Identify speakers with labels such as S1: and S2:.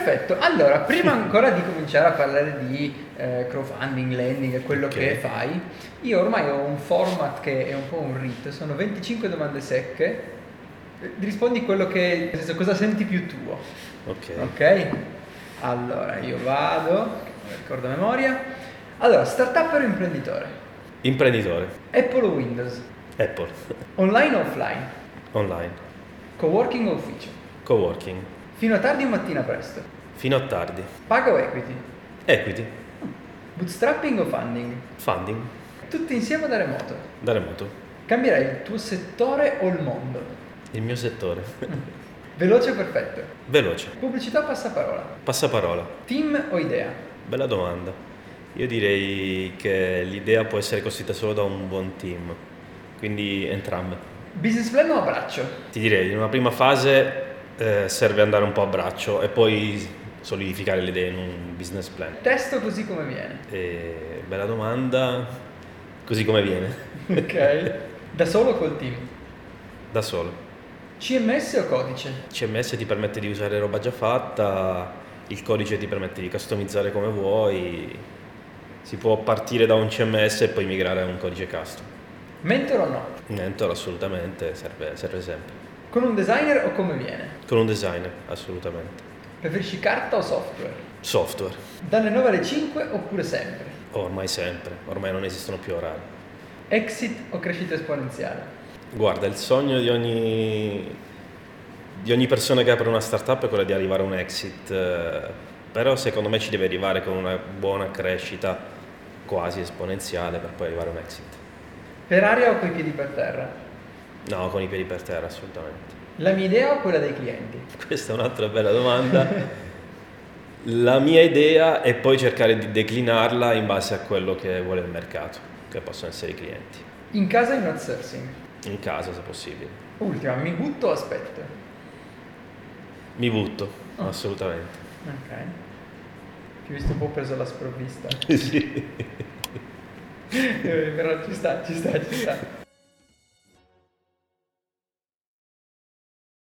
S1: Perfetto, allora prima ancora di cominciare a parlare di eh, crowdfunding, lending e quello
S2: Ok.
S1: che fai, io ormai ho un format che è un po' un rito, sono 25 domande secche, eh, rispondi quello che, nel senso, cosa senti più tuo,
S2: Ok.
S1: ok? Allora io vado, che non ricordo a memoria, allora startup o imprenditore,
S2: Imprenditore.
S1: Apple o Windows,
S2: Apple.
S1: online o offline,
S2: Online.
S1: coworking o ufficio,
S2: Coworking.
S1: fino a tardi o mattina presto,
S2: Fino a tardi.
S1: paga o equity,
S2: Equity.
S1: bootstrapping o funding?
S2: Funding.
S1: Tutti insieme da remoto.
S2: Da remoto.
S1: Cambierai il tuo settore o il mondo?
S2: Il mio settore.
S1: Veloce o perfetto?
S2: Veloce.
S1: Pubblicità o passaparola?
S2: Passaparola.
S1: Team o idea?
S2: Bella domanda. Io direi che l'idea può essere costruita solo da un buon team. Quindi entrambe.
S1: Business plan o abbraccio?
S2: Ti direi, in una prima fase eh, serve andare un po' a braccio e poi solidificare le idee in un business plan.
S1: Testo così come viene.
S2: E bella domanda, così come viene,
S1: Ok. da solo o col team?
S2: da solo.
S1: CMS o codice?
S2: CMS ti permette di usare roba già fatta, il codice ti permette di customizzare come vuoi, si può partire da un CMS e poi migrare a un codice custom.
S1: Mentor o no?
S2: Mentor assolutamente, serve, serve sempre.
S1: Con un designer o come viene?
S2: Con un designer, assolutamente.
S1: Preferisci carta o software?
S2: Software,
S1: Dalle 9 alle 5 oppure sempre?
S2: ormai sempre, ormai non esistono più orari.
S1: Exit o crescita esponenziale?
S2: Guarda, il sogno di ogni, di ogni persona che apre una startup è quello di arrivare a un exit, eh, però secondo me ci deve arrivare con una buona crescita quasi esponenziale per poi arrivare a un exit.
S1: Per aria o coi piedi per terra?
S2: No, con i piedi per terra assolutamente.
S1: La mia idea o quella dei clienti?
S2: Questa è un'altra bella domanda. La mia idea è poi cercare di declinarla in base a quello che vuole il mercato, che possono essere i clienti,
S1: In casa in outsourcing?
S2: in casa se possibile.
S1: Ultima, mi butto o aspetto?
S2: Mi butto,
S1: Ah.
S2: assolutamente.
S1: Ok. Ti ho visto un po' preso la sprovvista.
S2: Sì.
S1: Eh, Però ci sta, ci sta, ci sta.